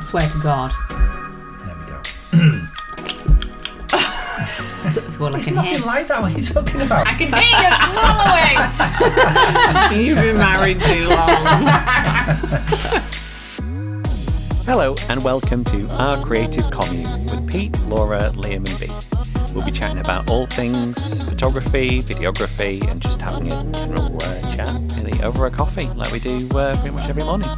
Swear to God. There we go. That's all I It's can nothing hear. like that. What are you talking about? I can hear you swallowing. You've been married too long. Hello and welcome to Our Creative Commune with Pete, Laura, Liam, and V. We'll be chatting about all things photography, videography, and just having a general uh, chat really over a coffee like we do uh, pretty much every morning.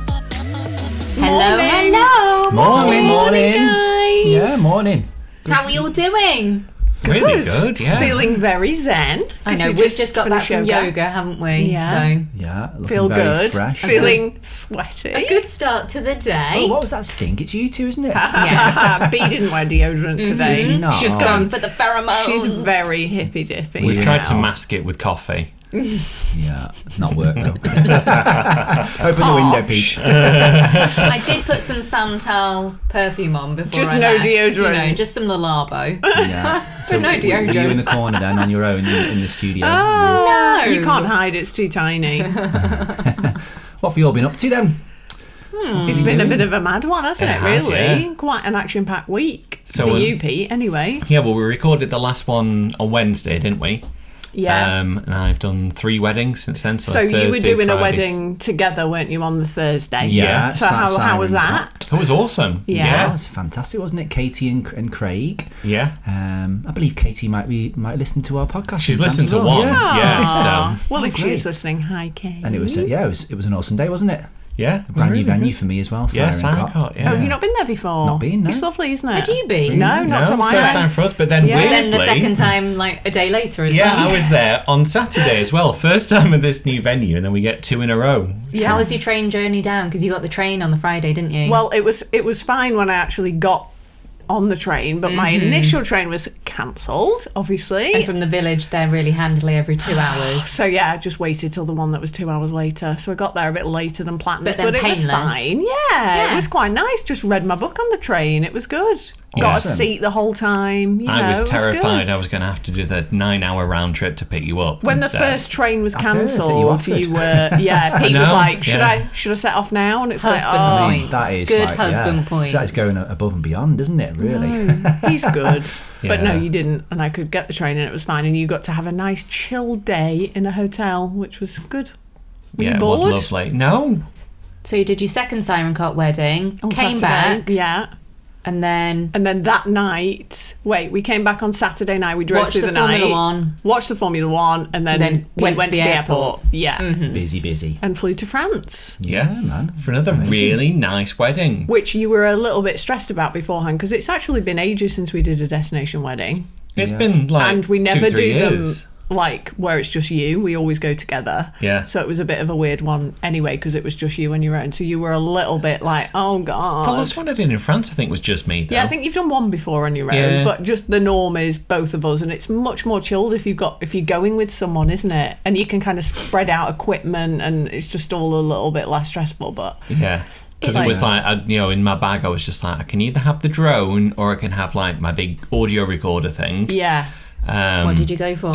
hello, hello. Morning, morning. guys. Yeah, morning. How are you all doing? Really good. Yeah. Feeling very zen. I know We we've just got back from finished yoga, haven't we? Yeah. So yeah. Looking Feel very good. Fresh. Feeling sweaty. a good start to the Oh, day. what was that stink? It's you two, isn't it? yeah. Bee didn't wear deodorant today. Did you not? She's Oh. gone. Gone for the pheromones. She's very hippy dippy. We've Yeah. tried to mask it with coffee. yeah. It's not worked though. Open the window, Peach. I did put some Santal perfume on before. Just I no left, You know, deodorant. just some Lalabo. Yeah. So no Ah. were you- Were you deodorant. in the corner then on your own in, in the studio? Oh, No. You can't hide, it's too tiny. What have you all been up to then? It's been a bit of a mad one, hasn't it, It has, really? yeah. Quite an action packed week. So for was- you, Pete, anyway. Yeah, well, we recorded the last one on Wednesday, didn't we? Yeah. Um, and I've done three weddings since then. So, so you were Thursday, doing a Fridays. wedding together, weren't you, on the Thursday? Yeah, So Si- how, how was Simon that? It was awesome. Yeah, Yeah. Yeah. Oh, it's fantastic, wasn't it? Katie and, and Craig. Yeah. Um, I believe Katie might be might listen to our podcast. She's sometimes listened as to well, one. Yeah. Yeah. So, Well, Oh, if great. she's listening, hi, Oh, Kate. And it was uh, yeah, it was it was an awesome day, wasn't it? yeah. Brand new really venue good. for me as well. Yeah, Siren Siren Cot. Cot, yeah. Oh, you've not been there before. Not been, no. It's lovely, isn't it? Had you been? No, not to no, my first own. time for us, but then Yeah. And weirdly, then the second time, like a day later as Yeah, well. I was there on Saturday as well. First time at this new venue, and then we get two in a row. How was your train journey down? Because you got the train on the Friday, didn't you? Well, it was it was fine when I actually got on the train, but my initial train was cancelled, obviously. Mm-hmm. and from the village, they're really handily every two hours. so yeah, I just waited till the one that was two hours later. So I got there a bit later than planned, But then it was painless. fine. Yeah, Yeah. it was quite nice. Just read my book on the train. It was good. Got Awesome. a seat the whole time. You I know, was it terrified good. I was going to have to do the nine-hour round trip to pick you up. uh, when the instead. first train was heard that you cancelled, offered. you, were yeah. Pete was know, like, "Should yeah. I should I set off now?" And it's Husband like, points. That is Good like, husband yeah. points. So that is going a- above and beyond, isn't it? Really. "Oh, he's good." But no, Yeah. you didn't, and I could get the train, and it was fine. And you got to have a nice chill day in a hotel, which was good. Were yeah, you it bored? was lovely. No, So you did your second Siren Cot wedding, On came Saturday. back, yeah. and then And then that night, wait, we came back on Saturday night. We drove Watched through the the, Formula night, One. watched the Formula One, and then, Then we went, to the, airport. Yeah, Mm-hmm. Busy, busy. and flew to France. Yeah. Yeah, man. for another really nice wedding. Which you were a little bit stressed about beforehand because it's actually been ages since we did a destination wedding, It's been like and we never two, three do years. them like where it's just you. We always go together. Yeah. So it was a bit of a weird one anyway because it was just you on your own. So you were a little bit like, oh The god. last one I did in France, I think, was just me. Though. Yeah, I think you've done one before on your own, Yeah. but just the norm is both of us, and it's much more chilled if you've got if you're going with someone, isn't it? And you can kind of spread out equipment, and it's just all a little bit less stressful. But Yeah. Because it was like, I, you know, in my bag, I was just like, I can either have the drone or I can have like my big audio recorder thing. yeah, Um, what did you go for?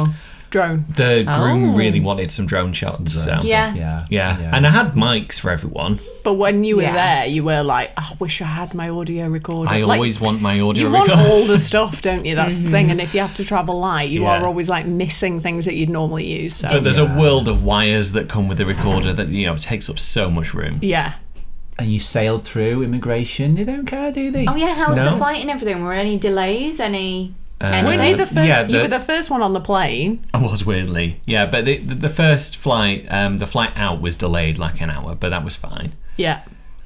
drone. The groom Oh. really wanted some drone shots. so- Yeah. Yeah. Yeah. And I had mics for everyone. But when you were Yeah. there, you were like, "Oh, I wish I had my audio recorder. I Like, always want my audio You want recorder. all the stuff, don't you? That's the thing. And if you have to travel light, you Yeah. are always like missing things that you'd normally use. So But there's a world of wires that come with the recorder that, you know, takes up so much room. yeah, and you sailed through immigration. They don't care, do they? Oh yeah, how was the No. flight and everything? Were any delays? Any? Uh, weren't you the first? yeah, you the- were the first one on the plane. I was weirdly, yeah. But the the, the first flight, um, the flight out was delayed like an hour, but that was fine. Yeah.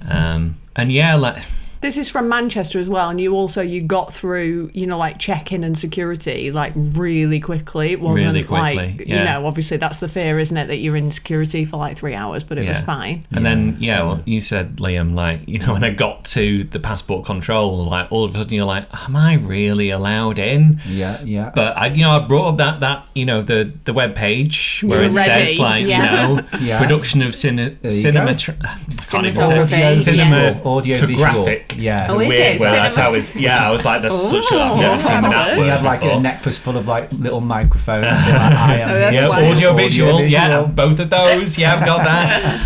Um, and yeah, like This is from Manchester as well, and you also you got through, you know, like check-in and security like really quickly. It wasn't Really like quickly, yeah. you know, obviously that's the fear, isn't it, that you're in security for like three hours, but it yeah. was fine. And then yeah, well, you said Liam, like you know, when I got to the passport control, like all of a sudden you're like, am I really allowed in? Yeah, yeah. But I, you know, I brought up that that you know the the web page where You it were ready. says like Yeah. you know Yeah. production of cine, you cinema go. tra- I can't even say- Cinematography. cinema Audio visual. to graphic Yeah. Oh, is Weird. it? Well, that's how Cinema- it's. Yeah, I was like, that's such a. I've Ooh. never seen that. He He word had like before. a necklace full of like little microphones. so, like, I am So Oh, that's Yeah, here. why- audio visual. Yeah, Audiovisual. both of those. Yeah, I've got that.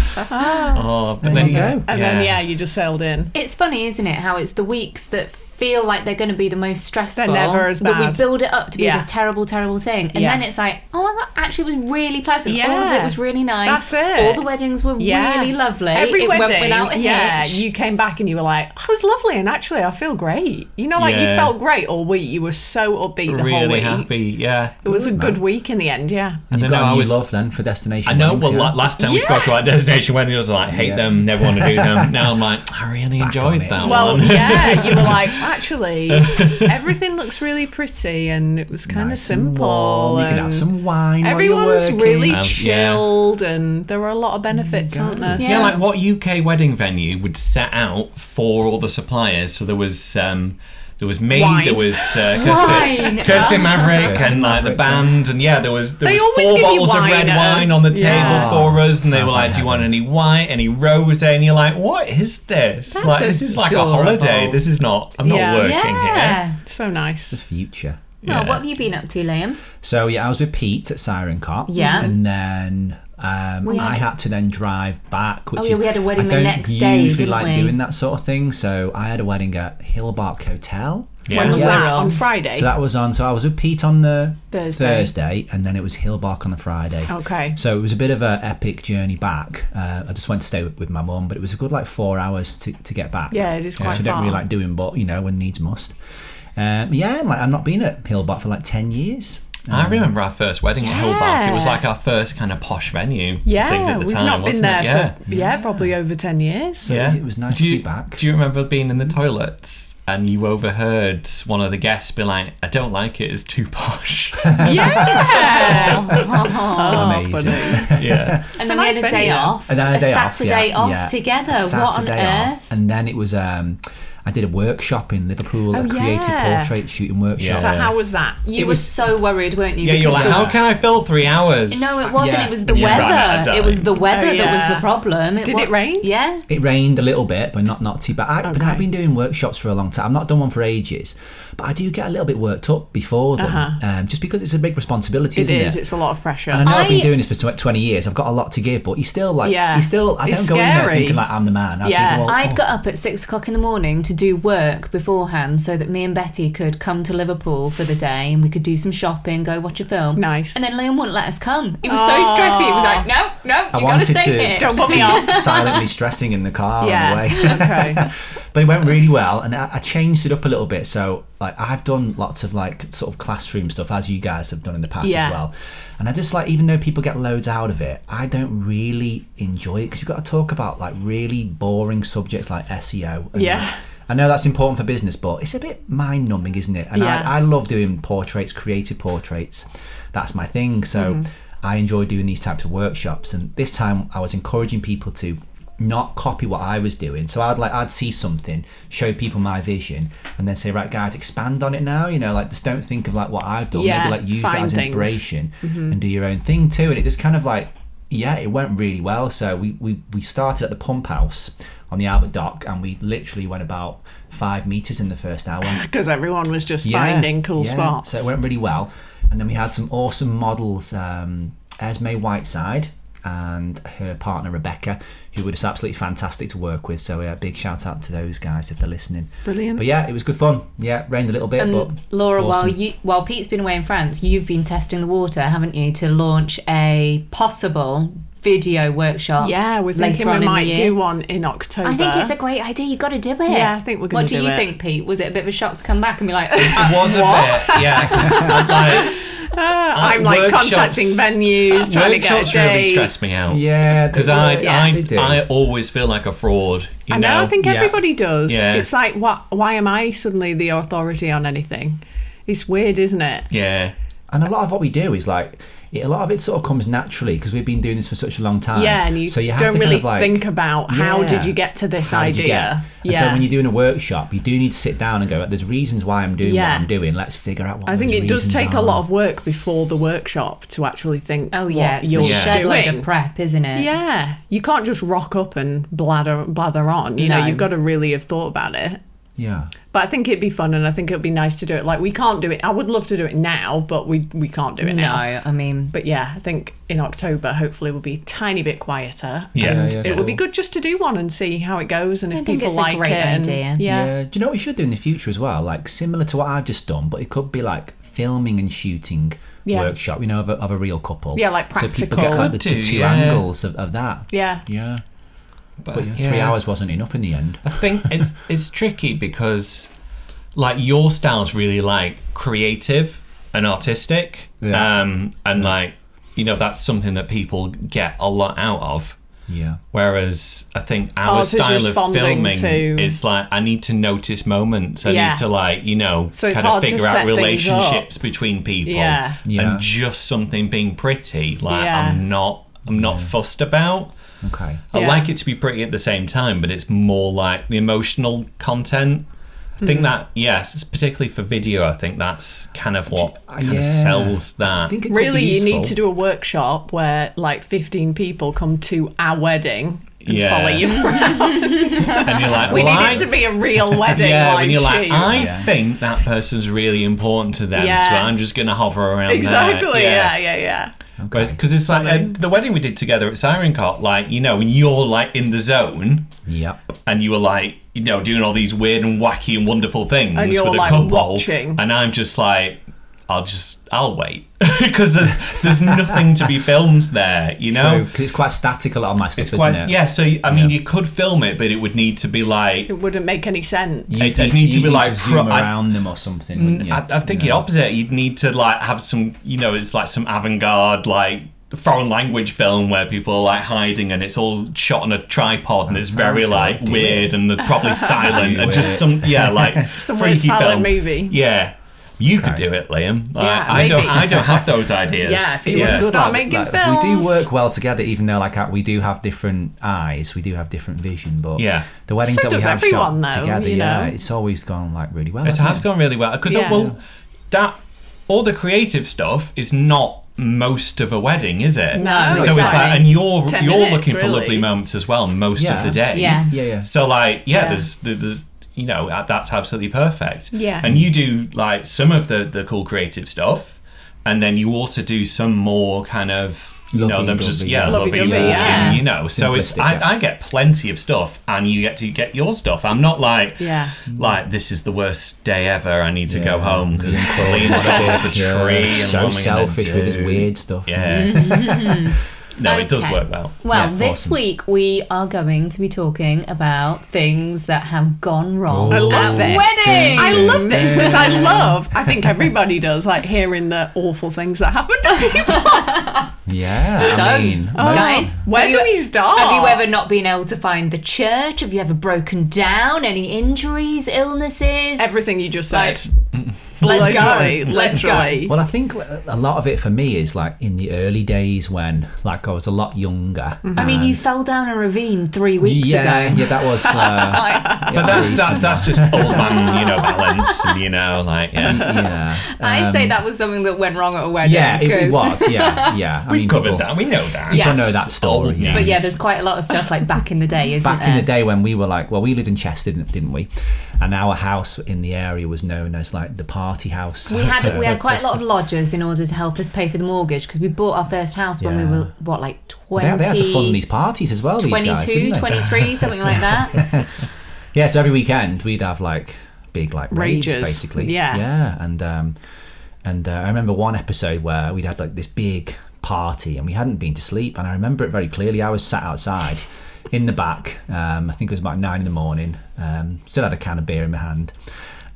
oh, but then you go. And then yeah, you just sailed in. It's funny, isn't it, how it's the weeks that feel like they're going to be the most stressful. They're never as But we bad. build it up to be Yeah. this terrible, terrible thing. And Yeah. then it's like, oh, that actually was really pleasant. All of Yeah. it was really nice. That's it. All the weddings were Yeah. really lovely. Every it wedding, went without a yeah, hitch. you came back and you were like, "I was lovely," and actually, I feel great. You know, like Yeah. you felt great all week. You were so upbeat the whole really week. happy. Yeah. It was a good week in the end. Yeah, And I you don't know, got I a new was- love then for destination. I know. weddings, Well, yeah? la- last time we spoke about destination weddings, I was like, hate Yeah. them, never want to do them. Now I'm like, I really enjoyed on it. that Well, one. yeah, you were like, actually, everything looks really pretty, and it was kind of Nice and simple. warm. You can have and some wine. while you're Everyone's working. really Um, yeah. chilled, and there were a lot of benefits, aren't there? Yeah. Yeah, like what UK wedding venue would set out for all the suppliers? So there was um, there was me, Wine. there was uh, Wine. Kirsten, Kirsten Maverick, Kirsten and like the Maverick, yeah. band, and yeah, there was there They was always four give you bottles of wine red at wine a- on the Yeah. table for us, and they Sounds were like, like "Do heaven. you want any white, any rose?" And you're like, "What is this? That's like this is like adorable. a holiday. This is not. I'm not Yeah. working here." yeah. So nice. future. Oh, what have you been up to, Liam? So yeah, I was with Pete at Siren Cop. Yeah. And then um, We- I had to then drive back, which Oh, yeah, is, we had a wedding I the don't next usually day, didn't like we? doing that sort of thing. So I had a wedding at Hillbark Hotel. Yeah. When was Yeah. that? On Friday. So that was on. So I was with Pete on the Thursday. Thursday, and then it was Hillbark on the Friday. Oh, okay. So it was a bit of a epic journey back. Uh, I just went to stay with, with my mum, but it was a good like four hours to, to get back. Yeah, it is quite Which I don't really far. like doing, but you know, when needs must. Um, yeah, and like I've not been at Hillbark for like ten years. I remember our first wedding at Hillbark. It was Yeah. like our first kind of posh venue. I think, Yeah, at the we've time, not been wasn't there it? Yeah. for yeah, probably over ten years. So it was nice do to you, be back. Do you remember being in the toilets and you overheard one of the guests be like, "I don't like it. It's too posh." Yeah. oh, Amazing. funny. yeah. And a then we nice had a day venue. off. And then a day off, Saturday yeah, off, yeah. together. A what on Saturday off. earth? And then it was. Um, I did a workshop in Liverpool, Oh, a creative yeah. portrait shooting workshop. So how was that? You It were was- so worried, weren't you? Yeah, you're Because like, the- "How can I fill three hours?" No, it wasn't. Yeah. It was the You ran out of weather. It was time. the weather Oh, that was yeah. the problem. Did it wa- rain? Yeah. It rained a little bit, but not not too bad. I, But Okay. I've been doing workshops for a long time. I've not done one for ages, but I do get a little bit worked up before them, Uh-huh. um, just because it's a big responsibility, It isn't is. it? It's a lot of pressure. and I know I, have been I- doing this for tw- twenty years. I've got a lot to give, but you still like, Yeah. you still. I It's don't go in there scary. thinking like I'm the man. I Yeah. think, well, I'd oh, got up at six o'clock in the morning to do work beforehand so that me and Betty could come to Liverpool for the day and we could do some shopping, go watch a film. Nice. And then Liam wouldn't let us come. He was so stressy. He was like, no, no, I you got to wanted stay to. here. Don't put me off. silently stressing in the car on the way. yeah. okay. but it went really well and I, I changed it up a little bit so like i've done lots of like sort of classroom stuff as you guys have done in the past Yeah. as well and i just like even though people get loads out of it i don't really enjoy it because you've got to talk about like really boring subjects like seo and, Yeah. like, I know that's important for business, but it's a bit mind numbing, isn't it? And Yeah. I, I love doing portraits, creative portraits. That's my thing. So Mm-hmm. I enjoy doing these types of workshops. And this time I was encouraging people to not copy what I was doing. So I'd like I'd see something, show people my vision, and then say, right guys, expand on it now. You know, like just don't think of like what I've done. Yeah, Maybe like use that find as things. Mm-hmm. inspiration and do your own thing too. And it just kind of like yeah, it went really well. So we, we, we started at the pump house on the Albert Dock and we literally went about five metres in the first hour. Because everyone was just Yeah, finding cool yeah. spots. So it went really well. And then we had some awesome models, um, Esme Whiteside and her partner Rebecca, who were just absolutely fantastic to work with. So a big shout out to those guys if they're listening. Brilliant. But yeah, it was good fun. Yeah, rained a little bit, And but Laura, while awesome. you while Pete's been away in France, you've been testing the water, haven't you, to launch a possible video workshop? Yeah, we're later thinking on in we the might year. do one in October. I think it's a great idea. You got to do it. Yeah, I think we're gonna What do, do you it. think, Pete? Was it a bit of a shock to come back and be like, "Oh, uh, It was a bit. Yeah, 'cause I'd like, Ah, uh, I'm like workshops- contacting venues, trying to get a workshops date. really stress me out. yeah, Because they I, were. They do. I, I always feel like a fraud. You I know. I think yeah. everybody does. Yeah. It's like, what? Why am I suddenly the authority on anything? It's weird, isn't it? Yeah. And a lot of what we do is like it, a lot of it sort of comes naturally because we've been doing this for such a long time. Yeah, and you, so you have don't to really kind of like, think about how Yeah. did you get to this How did you idea. get? And yeah. so when you're doing a workshop, you do need to sit down and go, there's reasons why I'm doing Yeah. what I'm doing. Let's figure out what I think those it does reasons take a are." lot of work before the workshop to actually think. Oh yeah, what it's you're a shed doing. load of prep, isn't it? Yeah, you can't just rock up and blather blather on. You know, No. you've got to really have thought about it. Yeah. But I think it'd be fun, and I think it'd be nice to do it. Like we can't do it. I would love to do it now, but we we can't do it No, now. I mean, But yeah, I think in October, hopefully, we'll be a tiny bit quieter. Yeah, and yeah, it would be cool. good just to do one and see how it goes and I if think people it's a like great it. and- idea. yeah. Do you know what we should do in the future as well? Like similar to what I've just done, but it could be like filming and shooting Yeah. workshop, you know, of a, of a real couple. Yeah, like So people practical. get like the, Could the do, two yeah. angles of, of that. yeah. Yeah. But, But three hours wasn't enough in the end. I think it's it's tricky because like your style's really like creative and artistic. Yeah. Um and like you know, that's something that people get a lot out of. Yeah. Whereas I think our Ours is style of responding filming to- is like I need to notice moments. I Yeah. need to like you know So it's kind of hard to figure set out things relationships between people. Yeah. Yeah. And just something being pretty, like Yeah. I'm not I'm not fussed about. Okay. I Yeah. like it to be pretty at the same time, but it's more like the emotional content. I Mm-hmm. think that yes, it's particularly for video. I think that's kind of what Uh, kind of yeah. sells I that. think it could Really, be you need useful. to do a workshop where like 15 people come to our wedding and Yeah. follow you around. and you're like, We well, need I, it to be a real wedding. yeah, live when you're like, shoot. I Yeah. think that person's really important to them, so Yeah. I'm just going to hover around Exactly. there. Yeah, yeah, yeah. Because it's like uh, the wedding we did together at Siren Cot, like, you know, when you're like in the zone Yep. and you were like, you know, doing all these weird and wacky and wonderful things And you're, with a like, couple, watching. and I'm just like, I'll just, I'll wait because there's there's nothing to be filmed there, you know. True, 'cause it's quite static a lot of my stuff, It's isn't quite, it? yeah. So I mean, you could film it, but it would need to be like It wouldn't make any sense. You It- it need to you be like zoom cro- I- around them or something. wouldn't you? I, I think the opposite. You'd need to like have some, you know, it's like some avant-garde like foreign language film where people are like hiding and it's all shot on a tripod and it's very sounds like good, doesn't weird and they're probably silent and just Weird. some yeah like Some freaky weird silent film. movie. Yeah, you could do it, Liam. Like, Yeah, I don't. maybe. I don't have those ideas. Yeah, if it It was was Yeah. good. Start like- making like, We films. do work well together, even though like uh, we do have different eyes, we do have different vision. But Yeah. the weddings So that we does have everyone, shot though, together, you yeah, know? it's always gone like really well. It hasn't has gone really well because Yeah. well, that all the creative stuff is not most of a wedding, is it? No, so it's it's not. like, and you're Ten you're minutes, looking for really. lovely moments as well most Yeah. of the day. Yeah. Yeah, yeah. So like, yeah, Yeah. there's there's you know that- that's absolutely perfect. Yeah. And you do like some of the the cool creative stuff, and then you also do some more kind of. You know, them just Lovey-dovey, yeah, yeah. lovey, Lovey-dovey, yeah. you know. So it's Simplistic, yeah. I, I get plenty of stuff, and you get to get your stuff. I'm not like Yeah. like this is the worst day ever. I need to go Yeah. home because Yeah. Liam's got all the Yeah. tree and so what am I gonna selfish with his do? weird stuff. Yeah. no, it does Okay. work well. well, Yeah, this awesome. week we are going to be talking about things that have gone wrong I love at this. weddings. I love this because I love. I think everybody does like hearing the awful things that happen to people. yeah. So, I mean, oh. most- guys, Where have do you- we start? Have you ever not been able to find the church? Have you ever broken down? Any injuries, illnesses? Everything you just said. Like, let's go. Literally, Let's go. literally. Well, I think a lot of it for me is like in the early days when like I was a lot younger. Mm-hmm. I mean, you fell down a ravine three weeks yeah, ago. yeah, that was. Uh, Like, yeah, But that's very that, that's just old man, you know, balance, and you know, like yeah. similar. yeah. Uh, I say that was something that went wrong at a wedding. Um, Yeah, it, it 'cause- was. Yeah, yeah. I We mean, covered people- that. We know that. Yeah. People know that story. Old Yeah. But yeah, Yes. there's quite a lot of stuff like back in the day, isn't back there? in the day when we were like, well, we lived in Chester, didn't, didn't we? And our house in the area was known as like the party house. We had So- we had quite a lot of lodgers in order to help us pay for the mortgage because we bought our first house when Yeah. we were what like They, twenty. had- they had to fund these parties as well. these guys, 22, didn't they? 23, something like that. Yeah, so every weekend we'd have like big like rages, Rages. basically. Yeah. yeah, and um, and uh, I remember one episode where we'd had like this big party and we hadn't been to sleep, and I remember it very clearly. I was sat outside in the back. Um, I think it was about nine in the morning. Um, still had a can of beer in my hand.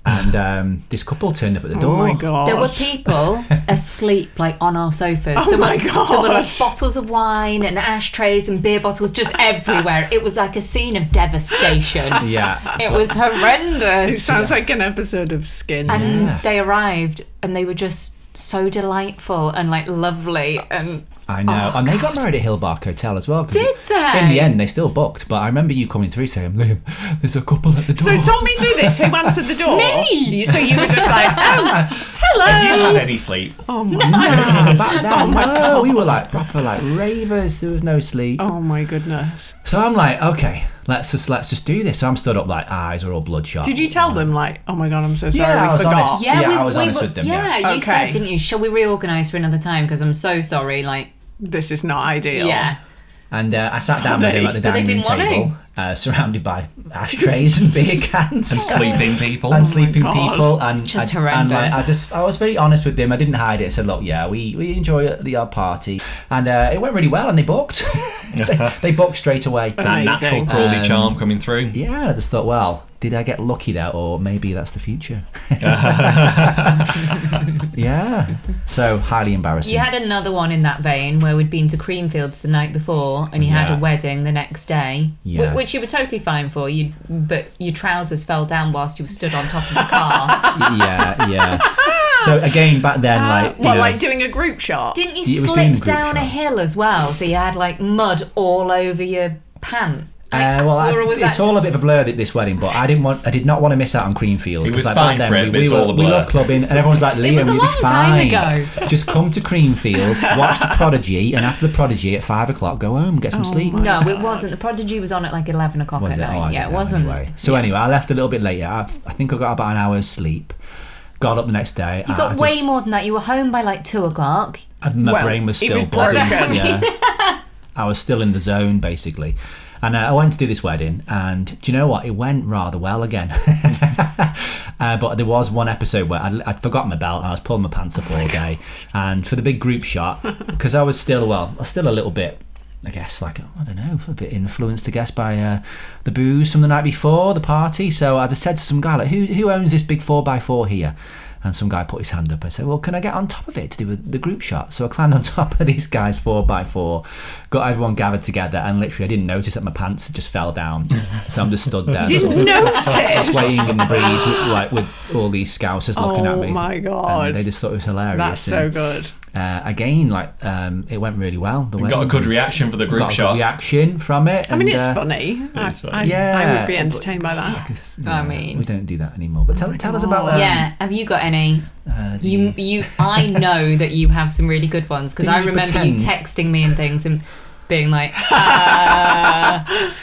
And um, this couple turned up at the oh door. my god. There were people asleep like on our sofas. Oh there my were, There were like, gosh. bottles of wine and ashtrays and beer bottles just everywhere. It was like a scene of devastation. Yeah. it was It horrendous. sounds like an episode of Skin. And Yeah. they arrived and they were just so delightful and like lovely and I know. Oh, and they got married at Hillbark Hotel as well. 'cause Did they? In the end, they still booked. But I remember you coming through saying, Liam, there's a couple at the So door. talk me through this. Who answered the door? Me. You- So you were just like, oh, Have you had hello. any sleep? Oh my, Nah, Ah, back then, no, we were like proper like ravers. There was no sleep. oh my goodness. So I'm like, okay, let's just let's just do this. So I'm stood up, like eyes are all bloodshot. Did you tell them like, oh my god, I'm so sorry, Yeah, I we was forgot. honest. yeah, Yeah, we, I was we honest were- with them, Yeah, yeah. you said, Okay. didn't you? Shall we reorganise for another time? Because I'm so sorry. Like, This is not ideal. yeah, And uh, I sat down with him at the But they dining room didn't want table, uh, surrounded by ashtrays and beer cans And sleeping people? and sleeping God. people and Just I, and, uh, horrendous. I just I was very honest with them. I didn't hide it. I said, look, yeah, we, we enjoy the odd party, and uh, it went really well, and they booked. they, they booked straight away. that Amazing. natural Crawley Um, charm coming through. Yeah, I just thought, well, did I get lucky there, or maybe that's the future? yeah. So highly embarrassing. you had another one in that vein where we'd been to Creamfields the night before, and you had Yeah. a wedding the next day, wh- Yes. which you were totally fine for. You, but your trousers fell down whilst you were stood on top of the car. yeah, yeah. So again, back then, Ah, like, you Well, know, like doing a group shot. didn't It you was doing the slip group down a shot. hill as well? So you had like mud all over your pant. Uh, well, I, or was it's that- all a bit of a blur at this wedding, but I didn't want, I did not want to miss out on Creamfields. 'cause, It was like, fine back for it, then, but we, it's we, all a we blur. love clubbing, and everyone's like, "Liam, was a you'll long be time fine. ago. Just come to Creamfields, watch the Prodigy, and after the Prodigy at five o'clock, go home, get some Oh sleep." No, it wasn't. The Prodigy was on at like eleven o'clock Was at it? Oh, night. I yeah, don't it know, wasn't. Anyway. So anyway, I left a little bit later. I, I think I got about an hour's sleep. Got up the next day. You got way more than that. You were home by like two o'clock. My Well, brain was it still was buzzing. broken. Yeah. I was still in the zone basically. And uh, I went to do this wedding, and do you know what? It went rather well again. uh, but there was one episode where I'd, I'd forgotten my belt and I was pulling my pants up all day. And for the big group shot, because I was still, well, I was still a little bit, I guess, like, I don't know, a bit influenced, I guess, by uh, the booze from the night before, the party. So I just said to some guy, like, who, who owns this big 4x4 here? And some guy put his hand up and said, Well, can I get on top of it to do the group shot? So I climbed on top of these guys four by four, got everyone gathered together, and literally I didn't notice that my pants just fell down. So I'm just stood there. sort of Didn't notice. Swaying in the breeze, with, like with all these scousers looking at Oh me. my God. And they just thought it was hilarious. That's so And, good. Uh, again, like um, it went really well. The We got a good reaction for the group got a good shot. reaction from it. I mean, it's uh, funny. I, is funny. I, I Yeah. would be entertained by that. I yeah, mean- we don't do that anymore. But tell, tell us about um, yeah. Have you got any? uh, the- Mm. You, you. I know that you have some really good ones because Didn't I you remember you pretend? texting me and things and being like uh,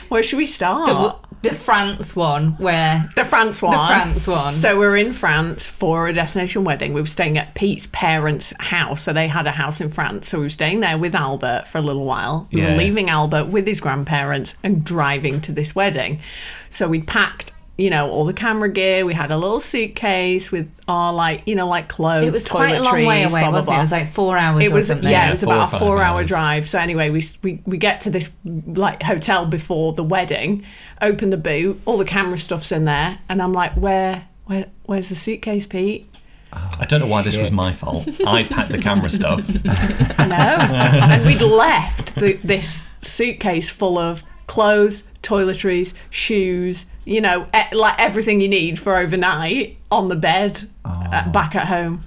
Where should we start? the, the France one where The France one. France one. So we're in France for a destination wedding. We were staying at Pete's parents' house. So they had a house in France. So we were staying there with Albert for a little while. We Yeah. were leaving Albert with his grandparents and driving to this wedding. So we packed, you know, all the camera gear. We had a little suitcase with our like, you know, like clothes. it was quite a long way toiletries, away, blah, blah, wasn't it? It blah. was like four hours It or was something. yeah, Yeah, it was four or about a five four-hour hours. drive. So anyway, we, we we get to this like hotel before the wedding, open the boot, all the camera stuff's in there, and I'm like, where where where's the suitcase, Pete? I don't know why this was my fault. I packed the camera stuff. I know, and we'd left the, this suitcase full of clothes, toiletries, shoes, you know, e- like everything you need for overnight on the bed Oh. uh, back at home.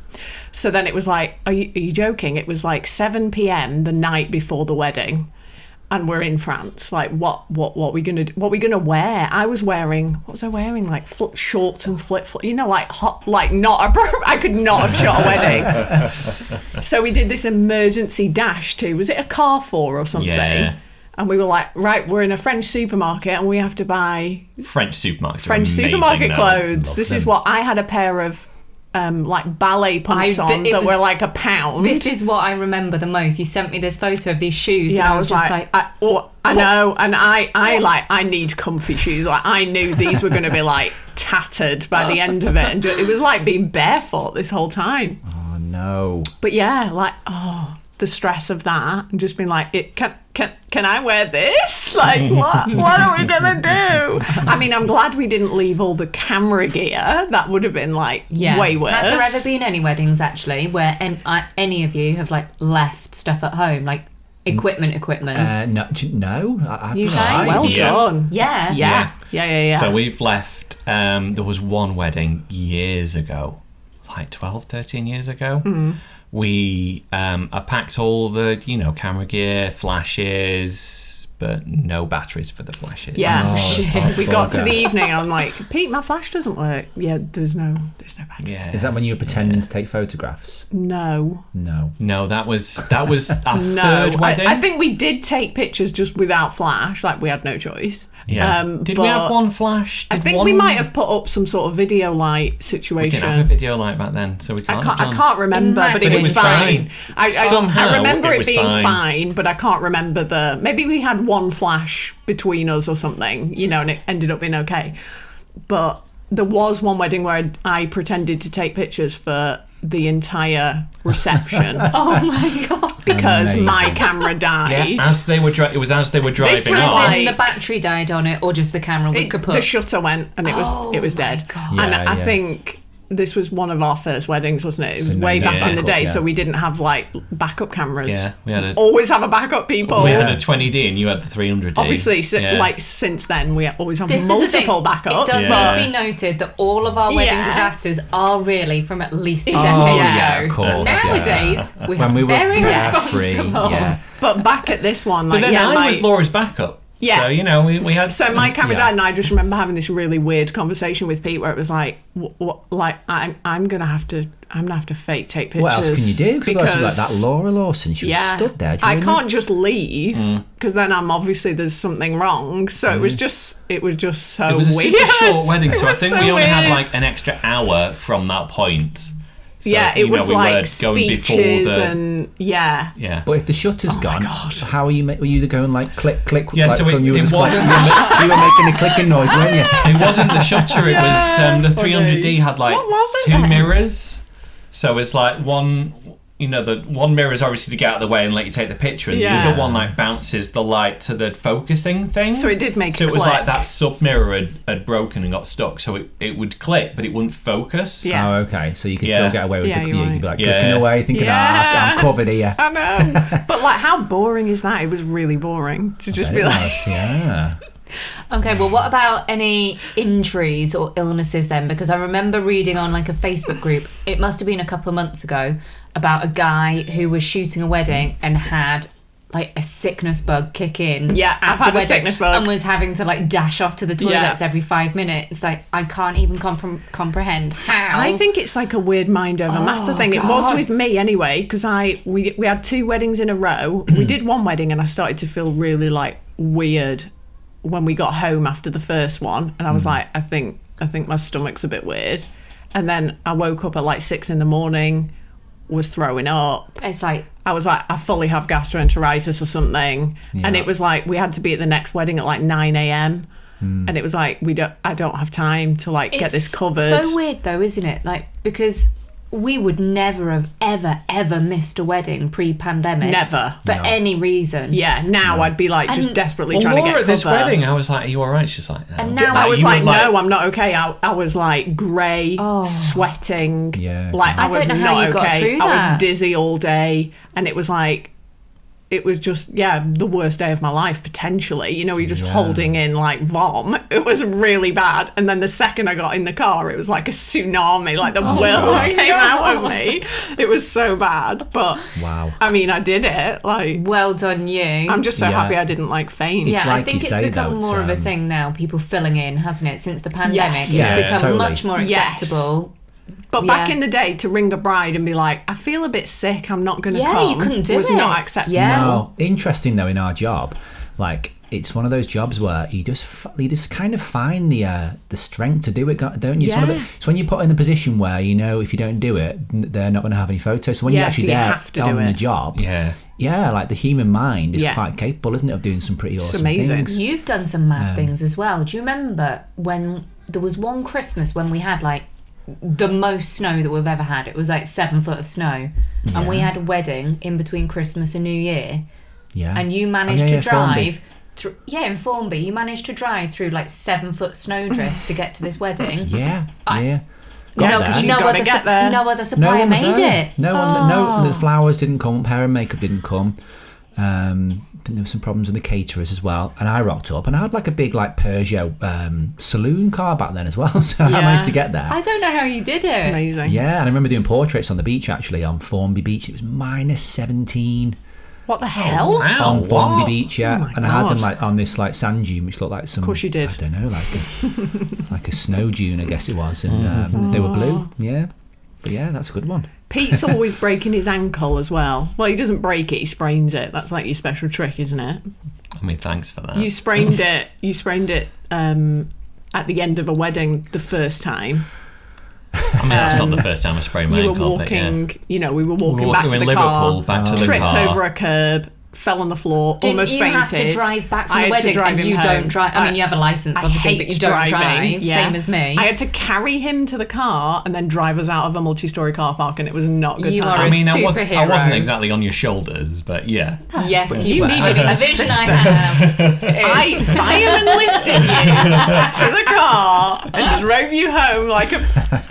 So then it was like, are you, are you joking? It was like 7 p.m. the night before the wedding. And we're in France. Like, what, what, what we gonna, do- what we gonna wear? I was wearing, what was I wearing? Like fl- shorts and flip flop. You know, like hot, like not a. pro- I could not have shot a wedding. So we did this emergency dash to was it a car four or something? Yeah. And we were like, right, we're in a French supermarket and we have to buy French supermarkets. are French amazing, supermarket though. clothes. Love This is them. what I had a pair of um, like ballet pumps I- on it that was- were like a pound. This is what I remember the most. You sent me this photo of these shoes, yeah, and I was, just like, I, what- I know, and I, I like, I need comfy shoes. Like, I knew these were going to be like tattered by Oh. the end of it, and it was like being barefoot this whole time. Oh no. But yeah, like oh, the stress of that and just being like, it can can can I wear this? Like what what are we gonna do? I mean, I'm glad we didn't leave all the camera gear. That would have been like uh, yeah. way worse. Has there ever been any weddings actually where an, I any of you have like left stuff at home, like Mm. equipment, equipment? Uh, no, do you- no. I, I, You no, guys? I- Well Yeah. done. yeah. Yeah. Yeah. Yeah. Yeah. So we've left. Um, there was one wedding years ago, like 12, 13 years ago. Mm-hmm. We um, I packed all the you know camera gear, flashes, but no batteries for the flashes. Yeah, Oh. shit. we got to Okay. the evening. and I'm like, Pete, my flash doesn't work. Yeah, there's no, there's no batteries. Yeah. Is that when you were pretending to take photographs? No, No. No, that was that was our no. third I, wedding. I think we did take pictures just without flash. Like we had no choice. Yeah. Did um, we but have one flash? I Did think one- we might have put up some sort of video light We situation. didn't have a video like back then, so we I can't. can't, have I done. can't remember, but it, But it was, was fine. fine. I, I, Somehow, I remember it it, was being fine. fine. but I can't remember the. Maybe we had one flash between us or something, you know, and it ended up being okay. But there was one wedding where I, I pretended to take pictures for the entire reception Oh my god. because my Amazing. camera died. Yeah, as they were dri- it was as they were driving was off. like- As in the battery died on it, or just the camera was It- kaput. the shutter went and it was Oh it was my dead. God. and Yeah, I yeah. think this was one of our first weddings, wasn't it? It was no way back in the backup, day, yeah. so we didn't have like backup cameras. Yeah, we had a Always have a backup, people. we had a 20D and you had the 300D. Obviously, si- Yeah. like since then, we always have This is the thing. multiple backups. It does Yeah. need to be noted that all of our wedding Yeah. disasters are really from at least a decade yeah, ago. Oh, of course, Nowadays, we're When we were very carefree, responsible. yeah. But back at this one, like But then yeah, I my, was Laura's backup. Yeah. So you know we, we had. so my camera yeah. died, and I just remember having this really weird conversation with Pete, where it was like, wh- wh- like I'm, I'm gonna have to, I'm gonna have to fake take pictures. What else can you do? Because Because like that Laura Lawson, she was yeah, stood there. I during the- can't just leave Mm. because then I'm obviously there's something wrong. So it was just, it was just so It was a weird. super short wedding, so It I was think so we only had weird. like an extra hour from that point. So, yeah, you it know, was we were like going before speeches the and yeah. yeah. But if the Oh shutter's gone, how are you? Ma- were you going like click, click? Yeah, like, so it- from you, it just click- wasn't- you, were, ma- you were making a clicking noise, weren't you? It wasn't the shutter. It was um, the funny. 300D had like What was it two then? mirrors, so it's like one. You know, the one mirror is obviously to get out of the way and let you take the picture, and Yeah. the other one like bounces the light to the focusing thing. So it did make So a it was click. like that sub mirror had, had broken and got stuck, so it, it would click, but it wouldn't focus. Yeah. Oh, okay. So you can Yeah. still get away with Yeah, the you're you, You'd right. be like Yeah. clicking away, thinking, "Ah, I'm Yeah. covered here." I know. but like, how boring is that? It was really boring to just be Very like, nice, yeah. Okay, well, what about any injuries or illnesses then? Because I remember reading on like a Facebook group, it must have been a couple of months ago, about a guy who was shooting a wedding and had like a sickness bug kick in. Yeah, at I've the had a wedding sickness bug. And was having to like dash off to the Yeah. toilets every five minutes. Like, I can't even compre- comprehend how. Oh, I think it's like a weird mind over matter thing. It was God. with me anyway, because I we we had two weddings in a row. we did one wedding, and I started to feel really like weird when we got home after the first one, and I was like, I think I think my stomach's a bit weird. And then I woke up at like six in the morning, was throwing up, it's like, I was like, I fully have gastroenteritis or something. And it was like, we had to be at the next wedding at like 9 a.m. And it was like, we don't, I don't have time to like get this It's covered. So weird though, isn't it? Like because we would never have ever ever missed a wedding pre-pandemic. Never. for any reason. yeah, now I'd be like just And- desperately Well, trying Laura to at get this cover. wedding, I was like, "Are you all right?" She's like, no. And now I was you like, would, like- no, I'm not okay. I, I was like grey, sweating. Yeah, like Oh. I, I don't was know how not you okay. got through I that. was dizzy all day, and it was like, it was just yeah, the worst day of my life potentially. You know, you're just holding in like vom. It was really bad. And then the second I got in the car, it was like a tsunami. Like the world my God. came out of me. It was so bad. But Wow. I mean, I did it. Like Well done, you. I'm just so Yeah. happy I didn't like faint. yeah, I like you think it's say, become though, it's, more of a um, thing now. People filling in, hasn't it? Since the pandemic, it's Yeah, become totally. much more Yes. acceptable. But Yeah. back in the day, to ring a bride and be like, "I feel a bit sick. I'm not going to Yeah, come," you couldn't do was it. not acceptable. Yeah. No, interesting though in our job, like it's one of those jobs where you just f- you just kind of find the uh, the strength to do it, go- don't you? It's, one of the, Yeah. it's when you put in a position where you know if you don't do it, n- they're not going to have any photos. So when you're Yeah, so actually you there have to do on the it. job, Yeah. yeah, like the human mind is Yeah. quite capable, isn't it, of doing some pretty awesome amazing. things? You've done some mad Um, things as well. Do you remember when there was one Christmas when we had like the most snow that we've ever had? It was like seven foot of snow, and we had a wedding in between Christmas and New Year. Oh, Yeah, and you managed yeah, yeah, to Formby. drive through yeah in Formby you managed to drive through like seven foot snowdrifts to get to this wedding Yeah, I- yeah. no, there. because You no gotta other get su- there. no other No supplier one was made there. it Oh. No one. No, the flowers didn't come. Hair and makeup didn't come. Um, I think there were some problems with the caterers as well, and I rocked up, and I had like a big like Peugeot um, saloon car back then as well, so I Yeah. managed to get there. I don't know how you did it. Amazing. yeah, and I remember doing portraits on the beach actually on Formby Beach. It was minus seventeen What Oh, the hell? Wow, on Formby what? Beach, yeah. Oh my and I had them God. like on this like sand dune, which looked like some. Of course you did. I don't know, like a, like a snow dune, I guess it was, and um, Oh. they were blue. Yeah, but yeah, that's a good one. Pete's always breaking his ankle as well. Well, he doesn't break it; he sprains it. That's like your special trick, isn't it? I mean, thanks for that. You sprained it. You sprained it um, at the end of a wedding the first time. I mean, that's not the first time I sprained my um, You were ankle, but yeah. walking. You know, we were walking were back to walking the in car. Liverpool back to the tripped car. over a curb, fell on the floor, Didn't almost you fainted. have to drive back from the I had to wedding drive and him you home. don't drive? I, mean, you have a license, obviously, but hate you don't driving, drive, yeah. same as me. I had to carry him to the car and then drive us out of a multi-story car park, and it was not a good You time. are I a mean, I, was, I superhero. wasn't exactly on your shoulders, but yeah. yes, you, You were. needed a an vision I assistant. have. I fireman lifted you to the car and drove you home like a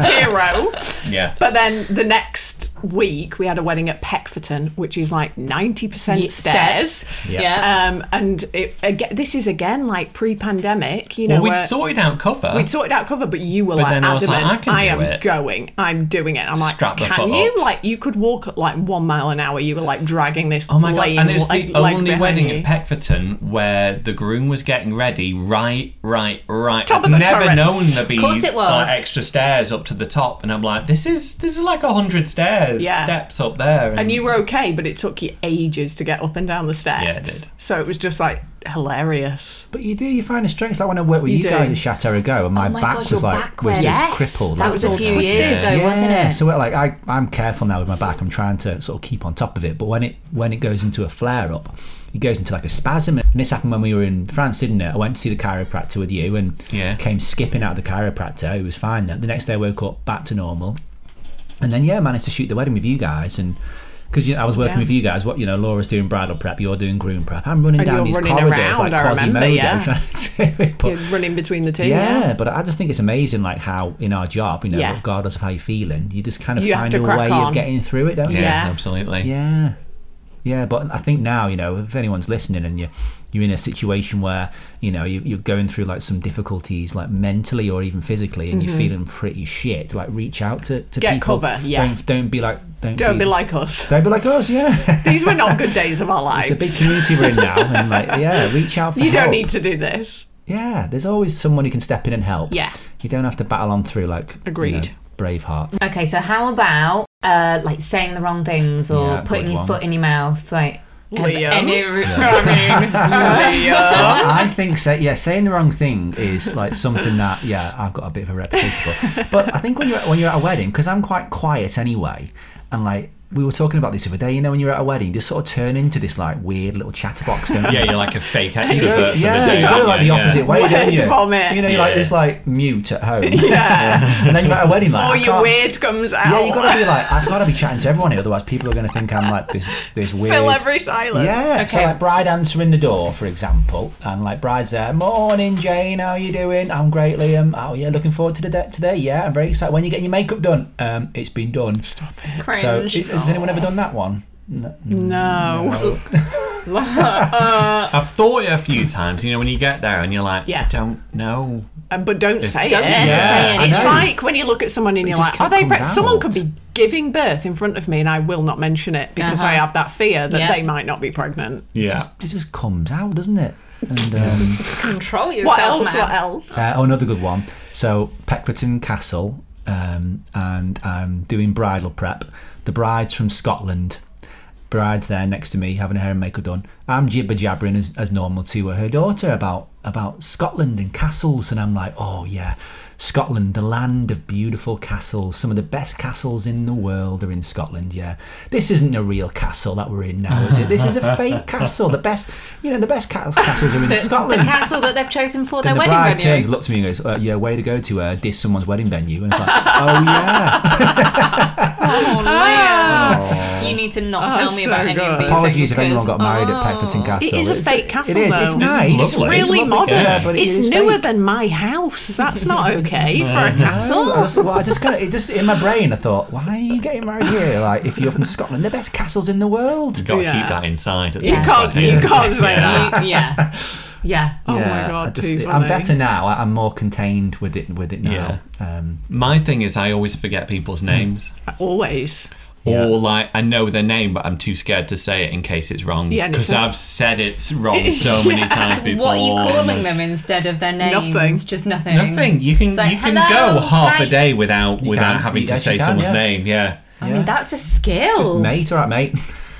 hero. Yeah. But then the next week we had a wedding at Peckforton, which is like ninety Ye- percent steps. stairs. Yeah. Um, and it, aga this is again like pre-pandemic, you know. Well, we'd where- sorted out cover. We'd sorted out cover, but you were But like then I was like, adamant. "I can do am it." going. I'm doing it. I'm like, Strap the can foot you? up. Like, you could walk at like one mile an hour. You were like dragging this. Oh my god! lane, And it was like, the leg only behind wedding you. in Peckforton where the groom was getting ready. Right, right, right. Top of the I've never turrets. known there be Course it was. like, extra stairs up to the top, and I'm like, this is this is like a hundred stairs Yeah. steps up there. And, And you were okay, but it took you ages to get up and down the steps. Yeah, it did. So it was just like hilarious. But you do, you find a strength. It's Like when I worked with you, do. guys at Chateau Go, and my, Oh my back God, your was like back was went- just Yes. crippled. That like, was a all few twisted. years ago, wasn't Yeah, it? So we're like, I, I'm careful now with my back. I'm trying to sort of keep on top of it. But when it when it goes into a flare up, it goes into like a spasm. And this happened when we were in France, didn't it? I went to see the chiropractor with you, and Yeah. came skipping out of the chiropractor. It was fine. The next day, I woke up back to normal, and then yeah, managed to shoot the wedding with you guys and. Because you know, I was working Yeah. with you guys, what you know, Laura's doing bridal prep, you're doing groom prep. I'm running And down you're these running corridors around, like I remember, Quasimodo, yeah. trying to do it. But You're running between the two. yeah, Yeah. but I just think it's amazing, like how in our job, you know, Yeah. regardless of how you're feeling, you just kind of You have find to a crack way on. of getting through it, don't yeah, Yeah. absolutely. you? Yeah, yeah. But I think now, you know, if anyone's listening and you you're in a situation where you know you, you're going through like some difficulties, like mentally or even physically, and you're feeling pretty shit, like reach out to, to Mm-hmm. Get people. cover, yeah. Don't, don't be like don't, Don't be like us. don't be like us. Yeah, These were not good days of our it's a big lives. community we're in now, and like yeah, reach out for You don't help. need to do this. Yeah, there's always someone who can step in and help. Yeah. You don't have to battle on through like You know, Agreed. Braveheart. Okay, so how about uh, like saying the wrong things or Yeah, putting good your one. foot in your mouth? Like, have Liam? any re- uh, I think say, yeah, saying the wrong thing is like something that yeah, I've got a bit of a reputation for. But I think when you're when you're at a wedding, because I'm quite quiet anyway, and like we were talking about this the other day, you know, when you're at a wedding, you just sort of turn into this like weird little chatterbox, don't you? Yeah, you're like a fake You go- extrovert for yeah, the day. you go aren't like the you? opposite Yeah. way, Word don't you? vomit. You know, you're like Yeah. this like mute at home, Yeah. and then you're at a wedding like Or I your can't- weird comes out. Yeah, you gotta be like, I've gotta be chatting to everyone here, otherwise people are gonna think I'm like this this weird. fill every silence. yeah, so Okay. like bride answering the door, for example, and like bride's there, morning Jane, how you doing? I'm great, Liam. Oh yeah, looking forward to the day today. Yeah, I'm very excited. When you getting your makeup done? Um, it's been done. Stop it. So Cringe. is- has anyone ever done that one? No. No. I've thought it a few times. You know, when you get there and you're like, Yeah. I don't know. Uh, But don't say Don't it. ever Yeah, say I anything. It's know. like when you look at someone and you're just like, are can't "Oh, they? come Pre-? down. Someone could be giving birth in front of me, and I will not mention it because I Uh-huh. have that fear that Yeah. they might not be pregnant. Yeah. It just comes out, doesn't it? And um, Control yourself, What else? man. What else? Uh, oh, another good one. So Peckforton Castle, um, and I'm doing bridal prep. The bride's from Scotland. Bride's there next to me, having her hair and makeup done. I'm jibber jabbering as, as normal to her daughter about about Scotland and castles, and I'm like, oh yeah, Scotland, the land of beautiful castles. Some of the best castles in the world are in Scotland. Yeah, this isn't a real castle that we're in now, is it? This is a fake castle. The best, you know, the best ca- castles are in The, Scotland. the castle that they've chosen for their Then the wedding bride venue. turns, looks at me and goes, uh, "Yeah, way to go to uh, diss someone's wedding venue." And it's like, "Oh yeah, Oh, Liam. You need to not Oh, tell me about so any of good. these Apologies things. if anyone 'cause- got married Oh. at Peckerton Castle. It is a It's- fake castle, It is. though. It's This is nice. It's lovely. It's really lovely modern. castle, but it it's is newer fake. than my house. That's not okay for a castle. I just, well, I just kind of it just in my brain. I thought, why are you getting married here? Like, if you're from Scotland, the best castles in the world. You've got to Yeah. keep that inside. at You some can't. point, You yeah. can't say that. You- yeah. Yeah. Oh Yeah, my I god, just- too funny. I'm better now. I- I'm more contained with it. With it now. Um, My thing is, I always forget people's names, Always. Yeah. or like I know their name, but I'm too scared to say it in case it's wrong. Yeah, and it's because not- I've said it's wrong so many times before. What are you calling them instead of their names? Nothing. Just nothing. Nothing. You can It's like, you can "Hello, go half hi." a day without without can. having You to actually say can, someone's yeah. name. Yeah. I mean, that's a skill. mate, all right, mate.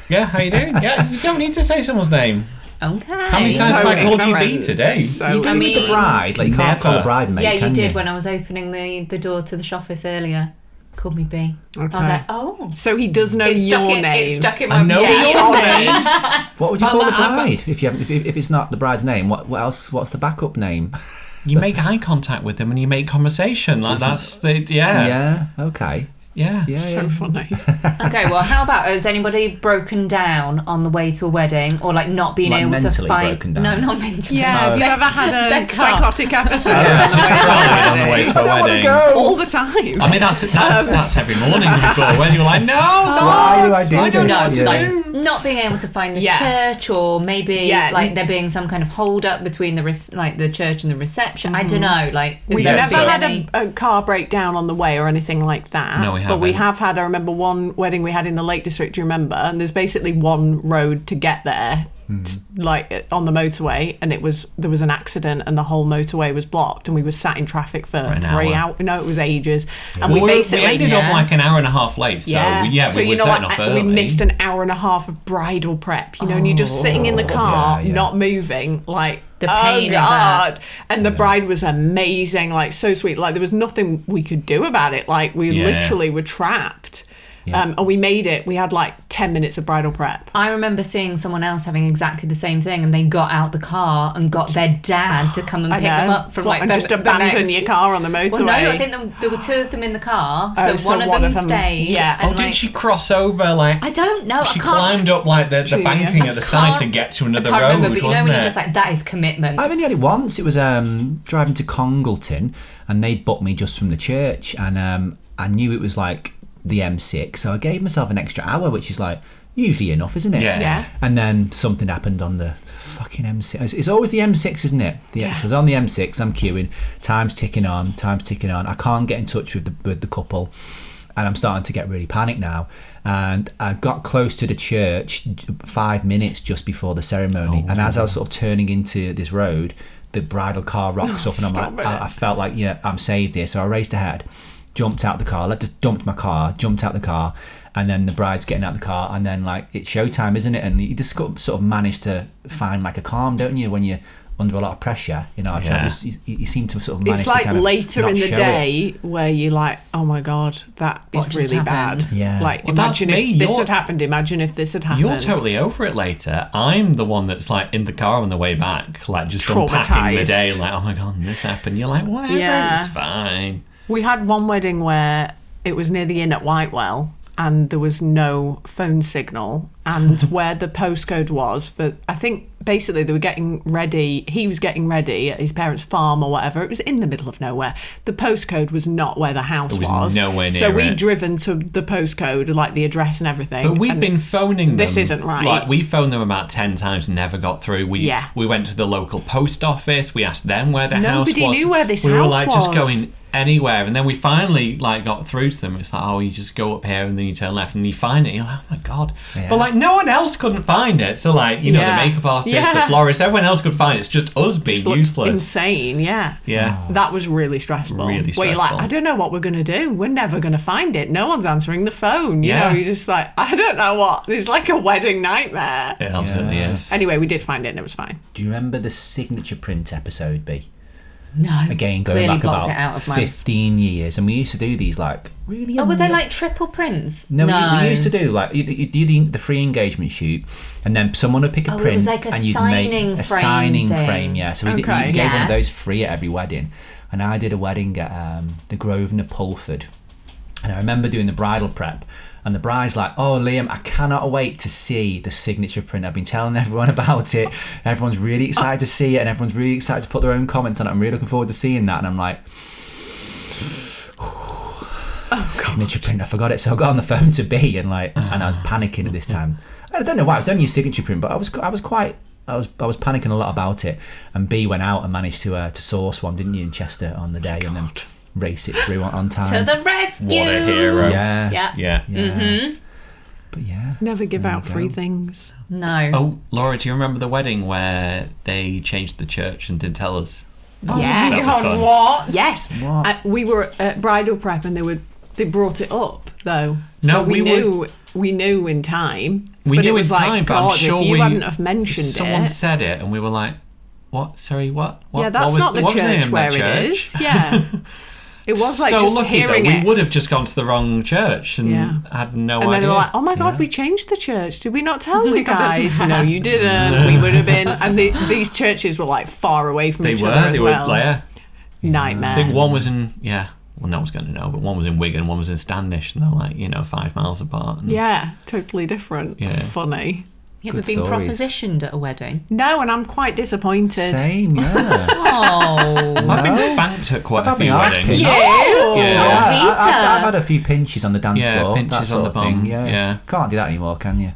Yeah. How you doing? Yeah. You don't need to say someone's name. Okay. How many times So have I called you B ignorant. today? you do I with the mean- bride. Like, you can't call Never. bride mate. yeah, you can did when I was opening the, the door to the shop office earlier. Called me B. I Okay. was like, oh. So he does know It your stuck, in, name. it stuck in my I know yeah. your names. What would you But call the like, I'm- bride if you have, if, if it's not the bride's name? What what else? What's the backup name? You make eye contact with them and you make conversation. Like that's the yeah Yeah. Okay. yeah. Yeah. yeah. so funny. Okay, well, how about has anybody broken down on the way to a wedding or like not being Like able to mentally find? broken down? No, not mentally. Yeah, have you ever had a That's psychotic episode? Just crying on the way to a wedding. All the time. I mean, that's that's, that's every morning before when you're like, no, no, Why do I do I don't this? No, want to Yeah. like not being able to find the Yeah. church, or maybe Yeah. like there being some kind of hold up between the re- like the church and the reception. I don't know. Like is We've there never been had any- a, a car breakdown on the way or anything like that. No, we But we haven't. have had, I remember one wedding we had in the Lake District, do you remember? And there's basically one road to get there, t- like uh, on the motorway. And it was, there was an accident and the whole motorway was blocked. And we were sat in traffic for, an three hour. hours. No, it was ages. And Well, we were- basically. ended yeah. up like an hour and a half late. So yeah, we, yeah, so we you were know setting what? off early. Oh. We missed an hour and a half of bridal prep, you know, and you're just sitting in the car, Yeah, yeah. not moving, like The "Oh, pain of God." And the bride was amazing, like so sweet. Like there was nothing we could do about it. Like we Yeah. literally were trapped, um, and we made it. We had like ten minutes of bridal prep. I remember seeing someone else having exactly the same thing, and they got out the car and got their dad to come and I pick them know. up from What, like and the, just the abandon next- your car on the motorway. Well, no, I think there, there were two of them in the car, so Oh, one so of one them of them- stayed. yeah. and, Oh, didn't like- she cross over like? I don't know. She I can't, climbed up like the, the She- banking at the side to can't- get to another I can't road, remember, but you know wasn't when you're it? just like, that is commitment. I've only had it once. It was um, driving to Congleton, and they booked me just from the church, and um, I knew it was like the M6, so I gave myself an extra hour, which is like usually enough, isn't it? Yeah. Yeah. And then something happened on the fucking M6. It's, it's always the M6, isn't it? The X is on the M6. I'm queuing. Time's ticking on. Time's ticking on. I can't get in touch with the with the couple, and I'm starting to get really panicked now. And I got close to the church j- five minutes just before the Oh, ceremony, and as I was sort of turning into this road, the bridal car rocks up, and I'm stop like, it. I, I felt like yeah, I'm saved here. So I raced ahead, jumped out the car, like just dumped my car, jumped out the car, and then the bride's getting out the car, and then like it's showtime, isn't it? And you just got, sort of manage to find like a calm, don't you, when you're under a lot of pressure? You know, Yeah. you, you seem to sort of manage It's to like kind of later not in the show it. day where you're like, oh my god, that is What just really happened? bad. Yeah. Like Well, that's imagine if me. this You're- had happened. Imagine if this had happened. You're totally over it later. I'm the one that's like in the car on the way back, like just unpacking the Traumatised. day, like, oh my god, this happened. You're like, whatever, Yeah. it's fine. We had one wedding where it was near the inn at Whitewell and there was no phone signal and where the postcode was for I think basically they were getting ready he was getting ready at his parents' farm or whatever. It was in the middle of nowhere. The postcode was not where the house was nowhere So near we'd it. driven to the postcode, like the address and everything. But we've and been phoning them. This isn't right. Like we phoned them about ten times, and never got through. We Yeah. we went to the local post office. We asked them where the house was. Nobody knew where this we were house like just was. going anywhere, and then we finally like got through to them. It's like, oh, you just go up here, and then you turn left, and you find it. and You're like, oh my god! But like no one else couldn't find it. So like you know Yeah. the makeup artist, Yeah. the florist, everyone else could find it. It's just us being it looked useless. Insane, yeah. Yeah. That was really stressful. Really Where you're like, stressful. I don't know what we're going to do. We're never going to find it. No one's answering the phone. You Yeah. know, you're just like, I don't know what. It's like a wedding nightmare. It absolutely is. Anyway, we did find it and it was fine. Do you remember the signature print episode, B? no. Again, going Clearly back blocked about it out of my. 15 years, and we used to do these like really. Oh, were they annoying- like triple prints? No, we- We, used to do like you, you do the, the free engagement shoot, and then someone would pick a Oh, it print, was like a and you'd signing make a frame signing thing. frame. Yeah, so we, did, we Okay. gave one Yeah. of those free at every wedding, and I did a wedding at um, the Grosvenor Pulford, And I remember doing the bridal prep, and the bride's like, "Oh, Liam, I cannot wait to see the signature print. I've been telling everyone about it. Everyone's really excited to see it, and everyone's really excited to put their own comments on it. I'm really looking forward to seeing that." And I'm like. signature print. I forgot it, so I got on the phone to B and like, and I was Ah. panicking at this time. I don't know why it was only a signature print, but I was I was quite I was I was panicking a lot about it. And B went out and managed to uh, to source one, didn't you, in Chester Oh on the day, and then race it through on, on To time. the rescue. What a hero. yeah, Yeah. Mm-hmm. Yeah. yeah. But yeah, Never give out you free go. things. No. Oh, Laura, do you remember the wedding where they changed the church and did tell us? yeah. That was fun. what? Yes. What? Uh, we were at bridal prep and they were they brought it up though. No, so we, we knew we knew in time. We but knew it was in like, time, but God, I'm sure if you we hadn't have mentioned someone it. said it, and we were like, "What? Sorry, what? what yeah, that's what was, not the what was name church of where that it church? is. Yeah. It was like so just lucky hearing that it. we would have just gone to the wrong church and Yeah. had no and idea. then they were like, "Oh my god, we changed the church. Did we not tell you God, that's guys? mad. No, you didn't. we would have been." And the, these churches were like far away from they each were. other They as were. well. Um, Like, yeah. I Nightmare. think one was in. Yeah. Well, no one's going to know, but one was in Wigan, one was in Standish, and they're like, you know, five miles apart. And Yeah, totally different. Yeah. Funny. You ever Good been stories. propositioned at a wedding? No, and I'm quite disappointed. same. Yeah, Oh. I've been No. spanked at quite a I've few been asked weddings. for- Yeah. Yeah. I, Oh, Peter. I, I've had a few pinches on the dance Yeah, floor. that pinches sort on the of thing. bum, Yeah. yeah. can't do that anymore, can you?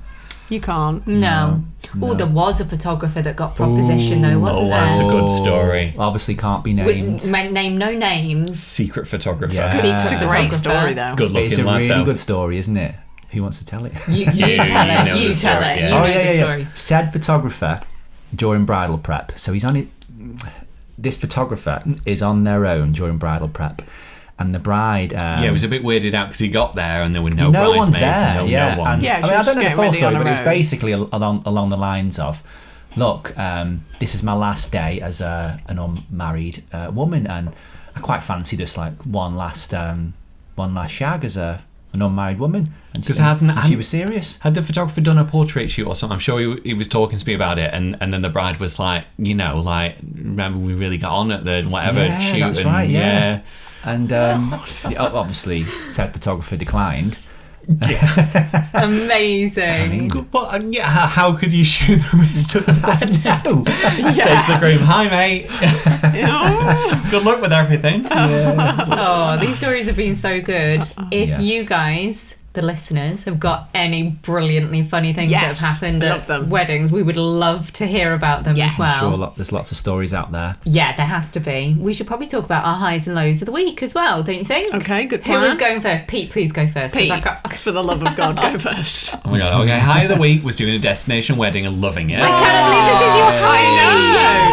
You can't. No. No. Oh, there was a photographer that got proposition though, wasn't Oh, there? that's a good story. Obviously, can't be We- named. men- name no names. Secret Uh, photographer. Yeah. Secret It's a photographer. great story though. Good looking It's a lad, really though. good story, isn't it? Who wants to tell it? You, you Yeah, tell you know it. You, the tell story, it. yeah. Oh, You know the story. Said photographer during bridal prep. So he's on it. This photographer is on their own during bridal prep, and the bride. Um, Yeah, it was a bit weirded out because he got there and there were no, no one's bridesmaids there. and no, yeah, no one. And, Yeah, I she mean, I was don't know the just full getting story, ready on but her it's own. basically al- along along the lines of, look, um, this is my last day as a, an unmarried uh, woman, and I quite fancy this like one last um, one last shag as a an unmarried woman. And she, 'Cause I hadn't- and she was serious. Had the photographer done a portrait shoot or something? I'm sure he, he was talking to me about it, and, and then the bride was like, you know, like remember we really got on at the whatever Yeah, shoot. that's and, right, yeah. And um, the- ob- obviously, said photographer declined. Amazing. yeah. But um, yeah, how, how could you shoot the rest of that? No. Says the groom, "Hi mate, Oh, good luck with everything." Oh, these stories have been so good. Uh-uh. If Yes. you guys, the listeners, have got any brilliantly funny things that have Yes, happened love at them. weddings, we would love to hear about them as Yes. well. Sure, lot, there's lots of stories out there. Yeah, there has to be. We should probably talk about our highs and lows of the week as well, don't you think? Okay, good Who is plan. going first? Pete, please go first. 'cause Pete, I can't- for the love of God, go first. Oh my god. Okay, high of the week was doing a destination wedding and loving it. I cannot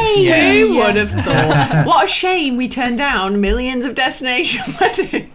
believe this is your Oh, high. I know. Yay. Who would have thought? What a shame we turned down millions of destination weddings.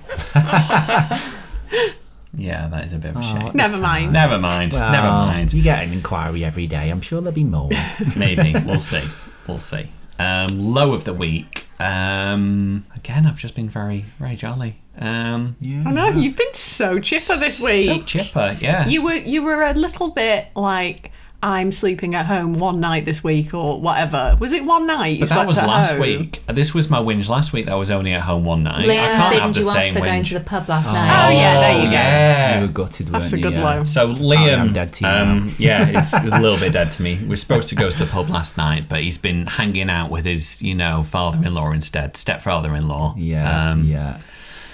Yeah, that is a bit of a shame. Never mind. Never mind. Never Oh, Well, mind. You get an inquiry every day. I'm sure there'll be more. Maybe we'll see. We'll see. Um, low of the week. Um, again, I've just been very, very jolly. Um, I know you've been so chipper this week. So chipper, yeah. You were you were a little bit like I'm sleeping at home one night this week or whatever. Was it one night? you but that slept was at last home? week. This was my whinge last week. That I was only at home one night. I Liam can't have binned the you off same for going to whinge. the pub last Oh night. yeah, there you go. Yeah. You were gutted, That's a weren't good you? Oh, Yeah. loan. So Liam, um, I'm dead to you now. yeah, it's a little bit dead to me. We are supposed to go to the pub last night, but he's been hanging out with his, you know, father-in-law instead, stepfather-in-law. Yeah, Um, yeah.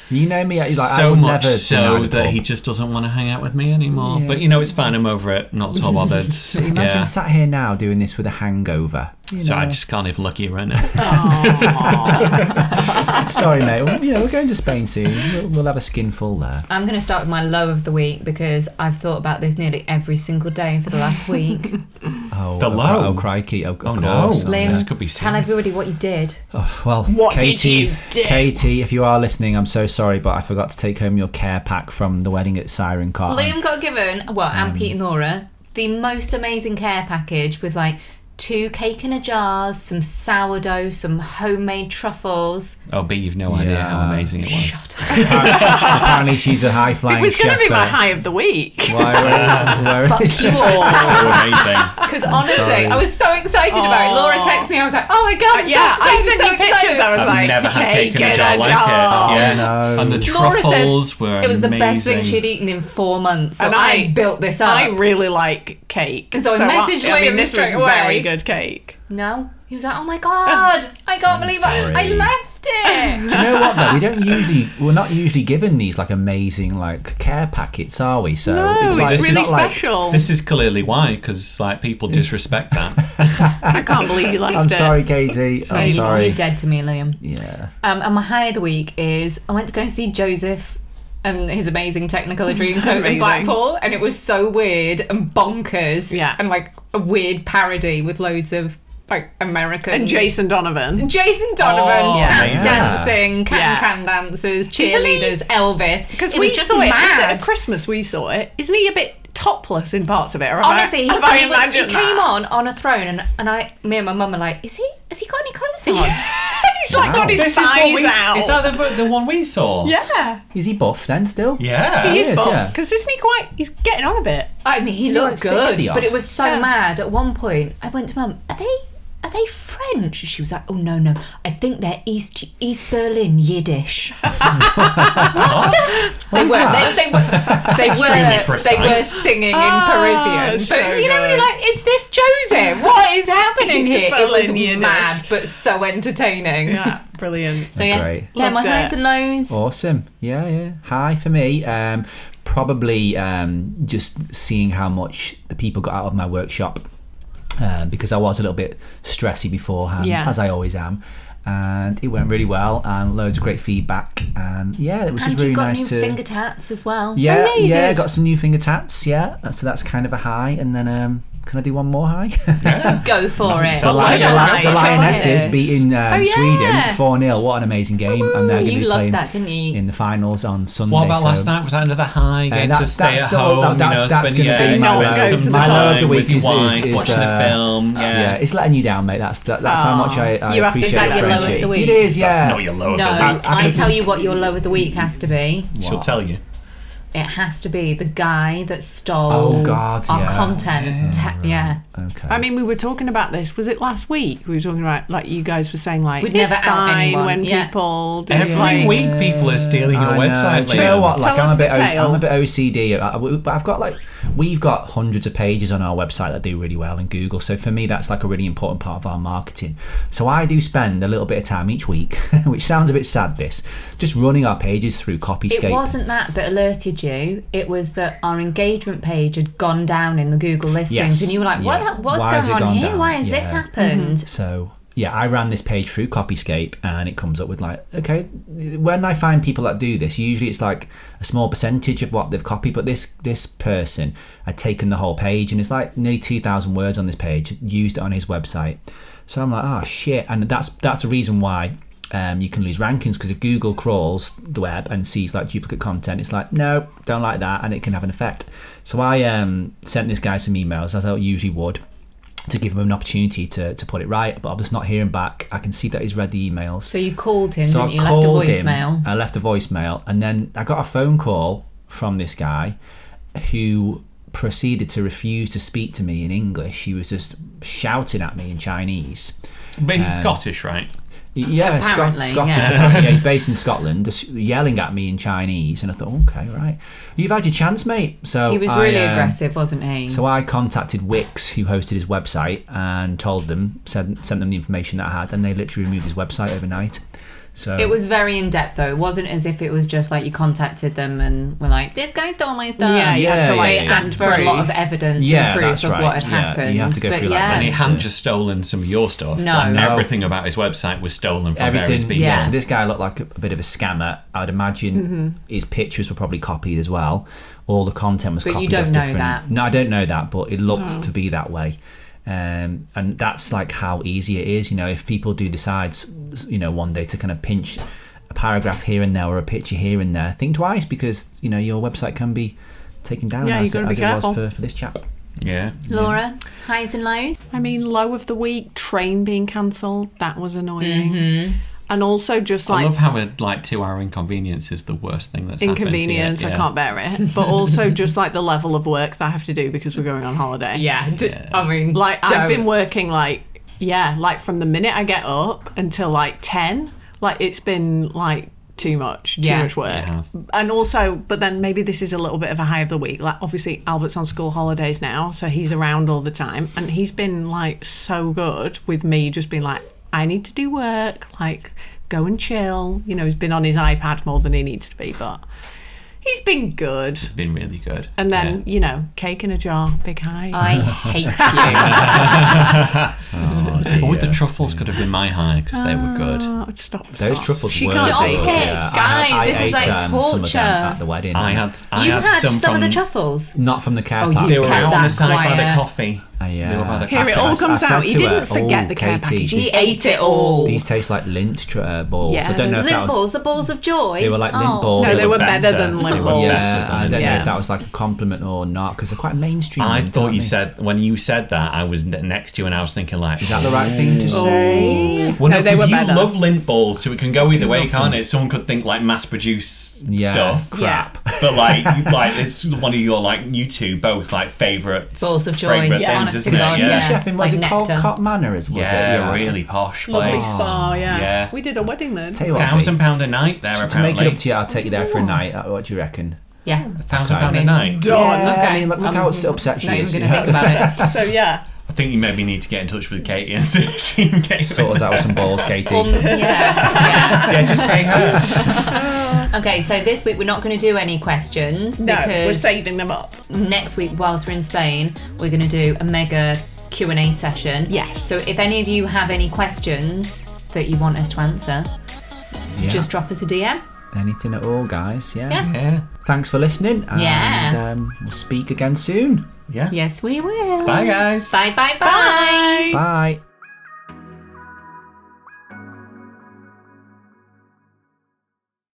You know me. Like, I so would never much deny so the that ball. he just doesn't want to hang out with me anymore. Yeah, but you know, it's fine. I'm over it. Not so bothered. Imagine yeah. So sat here now doing this with a hangover. You know. I just can't even look at you right now. Sorry, mate. Well, you know, we're going to Spain soon. We'll, we'll have a skinful there. I'm going to start with my low of the week because I've thought about this nearly every single day for the last week. Oh, The oh, low. Oh, crikey. Oh, of Oh no, course. Liam, this could be Tell serious. everybody what you did. Oh, well, What did Katie, you do? Katie, if you are listening, I'm so sorry, but I forgot to take home your care pack from the wedding at Siren Car. Liam got given, well, and Pete and Laura, the most amazing care package with like two cake in a jars, some sourdough, some homemade truffles. Oh, B, you've no idea how Yeah. amazing it was. Shut Apparently, she's a high flying. It was going chef, to be my uh, high of the week. Why, why, why, Fuck you all. so amazing. Because honestly, sorry. I was so excited about it. Laura texted me. I was like, "Oh my god!" I'm yeah, so I excited, sent so you excited." pictures. I was I've like, never had "Okay, cake in get a jar like job." it. Yeah. Oh, no. And the Laura said truffles were It was the best thing amazing. she'd eaten in four months, so And I, I- built this up. I really like cake. And so I messaged I, I mean, Liam this was straight away. very good cake. no, he was like, "Oh my god, I can't believe I, I sorry. left it." Do you know what though? We don't usually, we're not usually given these like amazing like care packets, are we? So No, it's, like, really not like- special. This is clearly why, because like people disrespect that. I can't believe you left I'm it. sorry, Katie. I'm You're- sorry. You're dead to me, Liam. Yeah. Um, and my high of the week is I went to go and see Joseph and his amazing Technicolor Dreamcoat in Amazing. Blackpool, and it was so weird and bonkers, Yeah. and like a weird parody with loads of like American And Jason Donovan. Jason Donovan Oh, tap amazing. dancing, can Yeah. can dancers, Isn't he- cheerleaders, Elvis. Because It we was just saw it, was it mad. at Christmas. We saw it. Isn't he a bit topless in parts of it? Or have I- Honestly, he, have I he was- he imagined came that? on on a throne, and, and I, me and my mum are like, is he? Has he got any clothes on? He's like Wow. got his This thighs we, out. Is that the, the one we saw? yeah, Is he buff then still? Yeah. he is is, yeah. buff. Because isn't he quite? He's getting on a bit. I mean, he like looked 60 good, but odd. it was so Yeah. mad. At one point, I went to mum, are they? Are they French? She was like, "Oh no, no, I think they're East East Berlin Yiddish." they were, that? they, they were, they extremely were, they were precise. singing Ah, in Parisian. But so you know, when good. you're like, "Is this Joseph? What is happening He's here?" it Berlin was Yiddish. mad, but so entertaining. Yeah, brilliant. So yeah, Great. yeah, my Loved highs it. and lows. Awesome. Yeah, yeah. Hi for me. Um, probably um, just seeing how much the people got out of my workshop um, because I was a little bit stressy beforehand, Yeah. as I always am. And it went really well, and loads of great feedback. And yeah, it was and just really you got nice new to. finger tats as well. yeah, yeah, you yeah, did. got some new finger tats. Yeah, so that's kind of a high. And then, um, can I do one more high? Go for it. Oh the, lion, the, lion, the Nice. Lionesses Nice. beating um, Oh, yeah. Sweden 4 0. What an amazing game. and they're going to you be loved playing that, didn't you? in the finals on Sunday. What about so- last night? Was that another high? Getting that- to stay that's at the- home, that- you that's- know, that's spend, gonna yeah, be my spend low. Go to some the time low of the week with your is- is- wife, is, watching uh, a film. Yeah. Yeah, it's letting you down, mate. That's that, that's how much I, I You have to appreciate say your your low of the friendship. week. It is, yeah. That's not your low of No, the I, I- I could tell just- you what your low of the week has to be. She'll tell you. It has to be the guy that stole Oh, God, our yeah. content. Ta- Yeah. okay. I mean, we were talking about this. Was it last week? We were talking about like you guys were saying like We'd it's never out fine anyone, when yeah. people do Every like, week, people are stealing your I know. website. Do you know Liam. what? Like Tell I'm a us the bit, o- tale. I'm a bit OCD. I- I- But I've got like, we've got hundreds of pages on our website that do really well in Google. So for me, that's like a really important part of our marketing. So I do spend a little bit of time each week, which sounds a bit sad. This just running our pages through It Copyscape. wasn't that that alerted you. It was that our engagement page had gone down in the Google listings, Yes. and you were like, "What? Yeah. the- What's Why has going it on gone here? down? Why has this Yeah. happened?" So yeah, I ran this page through Copyscape, and it comes up with like, okay, when I find people that do this, usually it's like a small percentage of what they've copied, but this this person had taken the whole page, and it's like nearly two thousand words on this page, used it on his website. So I'm like, oh shit, and that's that's the reason why. Um, you can lose rankings because if Google crawls the web and sees like duplicate content, it's like no, don't like that, and it can have an effect. So I um, sent this guy some emails as I usually would, to give him an opportunity to, to put it right, but I'm just not hearing back. I can see that he's read the emails. So you called him, So didn't you? I Left a called voicemail. him. I left a voicemail, and then I got a phone call from this guy who proceeded to refuse to speak to me in English. He was just shouting at me in Chinese. But he's Scottish, right? Yeah, Scot- Apparently, Scottish. yeah. apparently, Yeah. he's based in Scotland, just yelling at me in Chinese, and I thought, okay, right, you've had your chance, mate. So He was I, really um, aggressive, wasn't he? so I contacted Wix, who hosted his website, and told them, sent, sent them the information that I had, and they literally removed his website overnight. So it was very in depth, though. It wasn't as if it was just like you contacted them and were like, "This guy stole my stuff." yeah, you had Yeah, to like They yeah, yeah. asked for a lot of evidence and Yeah, proof that's of right. what had Yeah, happened. you have to go but through, like, yeah, And he hadn't just stolen some of your stuff. No. Like, No. Everything about his website was stolen from various everything. people. Yeah. Yeah. Mm-hmm. So this guy looked like a, a bit of a scammer. I'd imagine his pictures were probably copied as well. All the content was But you copied. don't off know different- that. Oh. No, I don't know that, but it looked to be that way. Um, and that's like how easy it is, you know. If people do decide, s- s- you know, one day to kind of pinch a paragraph here and there or a picture here and there, think twice because you know your website can be taken down Yeah, as, you've gotta it, be as it was careful. for, for this chap. Yeah. Laura, highs and lows. Mm-hmm. I mean, low of the week, train being cancelled, that was annoying. and also just I like love how a like two hour inconvenience is the worst thing that's happened to you. inconvenience. I Yeah. can't bear it. But also just like the level of work that I have to do because we're going on holiday. Yeah, just, I mean, Like I've been working. working like yeah, like from the minute I get up until like ten, like it's been like too much, too Yeah. much work. Yeah. And also, but then maybe this is a little bit of a high of the week. Like obviously Albert's on school holidays now, so he's around all the time and he's been like so good with me just being like I need to do work, like go and chill. You know, he's been on his iPad more than he needs to be, but he's been good. Been really good. And Yeah. then, you know, cake in a jar, big high. I hate you. Oh, with the truffles could have been my high because they were good. Oh, stop. Those stop. truffles She were can't good. Stop take it. it. Guys, I, I this is ate, like um, Some of torture. them at the wedding. I had, I you had, had some, of the from- truffles. not from the car Oh, park. you They were Oh, Kept out on that the side by quiet. the coffee. I, They were by the Here coffee. it I- all I comes said out. He to didn't her, forget "Oh, the care Katie, these package. He ate it all. These taste like lint tr- uh, balls. Yeah, I don't know if lint that was. balls, the balls of joy. They were like lint Oh. balls. No, they were better than They lint were balls. Yeah, I don't know Yeah. if that was like a compliment or not because they're quite mainstream. I aren't thought you they? said when you said that I was n- next to you and I was thinking like Is that the right thing to say? Well, no, No, they were 'cause you better. love lint balls, so it can go either way, can't it? Someone could think like mass produce Yeah. stuff, Yeah. crap. But like, you, like it's one of your like you two both like favourite Balls of joy, favourite yeah, things, honest isn't to it? God, Yeah. yeah. Yeah. Chef in was Like it called nectar. Cop Manor? Is was it? really posh Lovely place. spa, yeah. Yeah. We did a wedding there. Tell you what, Thousand babe, pound a night there to apparently. make it up to you, I'll take you there for a night. Uh, What do you reckon? Yeah. Thousand Okay. pound I a mean, night. Yeah, okay. I mean, look, look I'm how upset she Not even is. going you to know? think about it. So, yeah. I think you maybe need to get in touch with Katie and see if she can get you Sort in. us out with some balls, Katie. Um, yeah. Yeah, just pay her. yeah. Okay, so this week we're not going to do any questions No, we're because saving them up. next week, whilst we're in Spain, we're going to do a mega Q and A session. Yes. So if any of you have any questions that you want us to answer, Yeah. just drop us a DM. anything at all, guys. Yeah. Yeah. Yeah. Thanks for listening. And, Yeah. um, we'll speak again soon. Yeah. Yes, we will. Bye guys. Bye, bye, bye. Bye.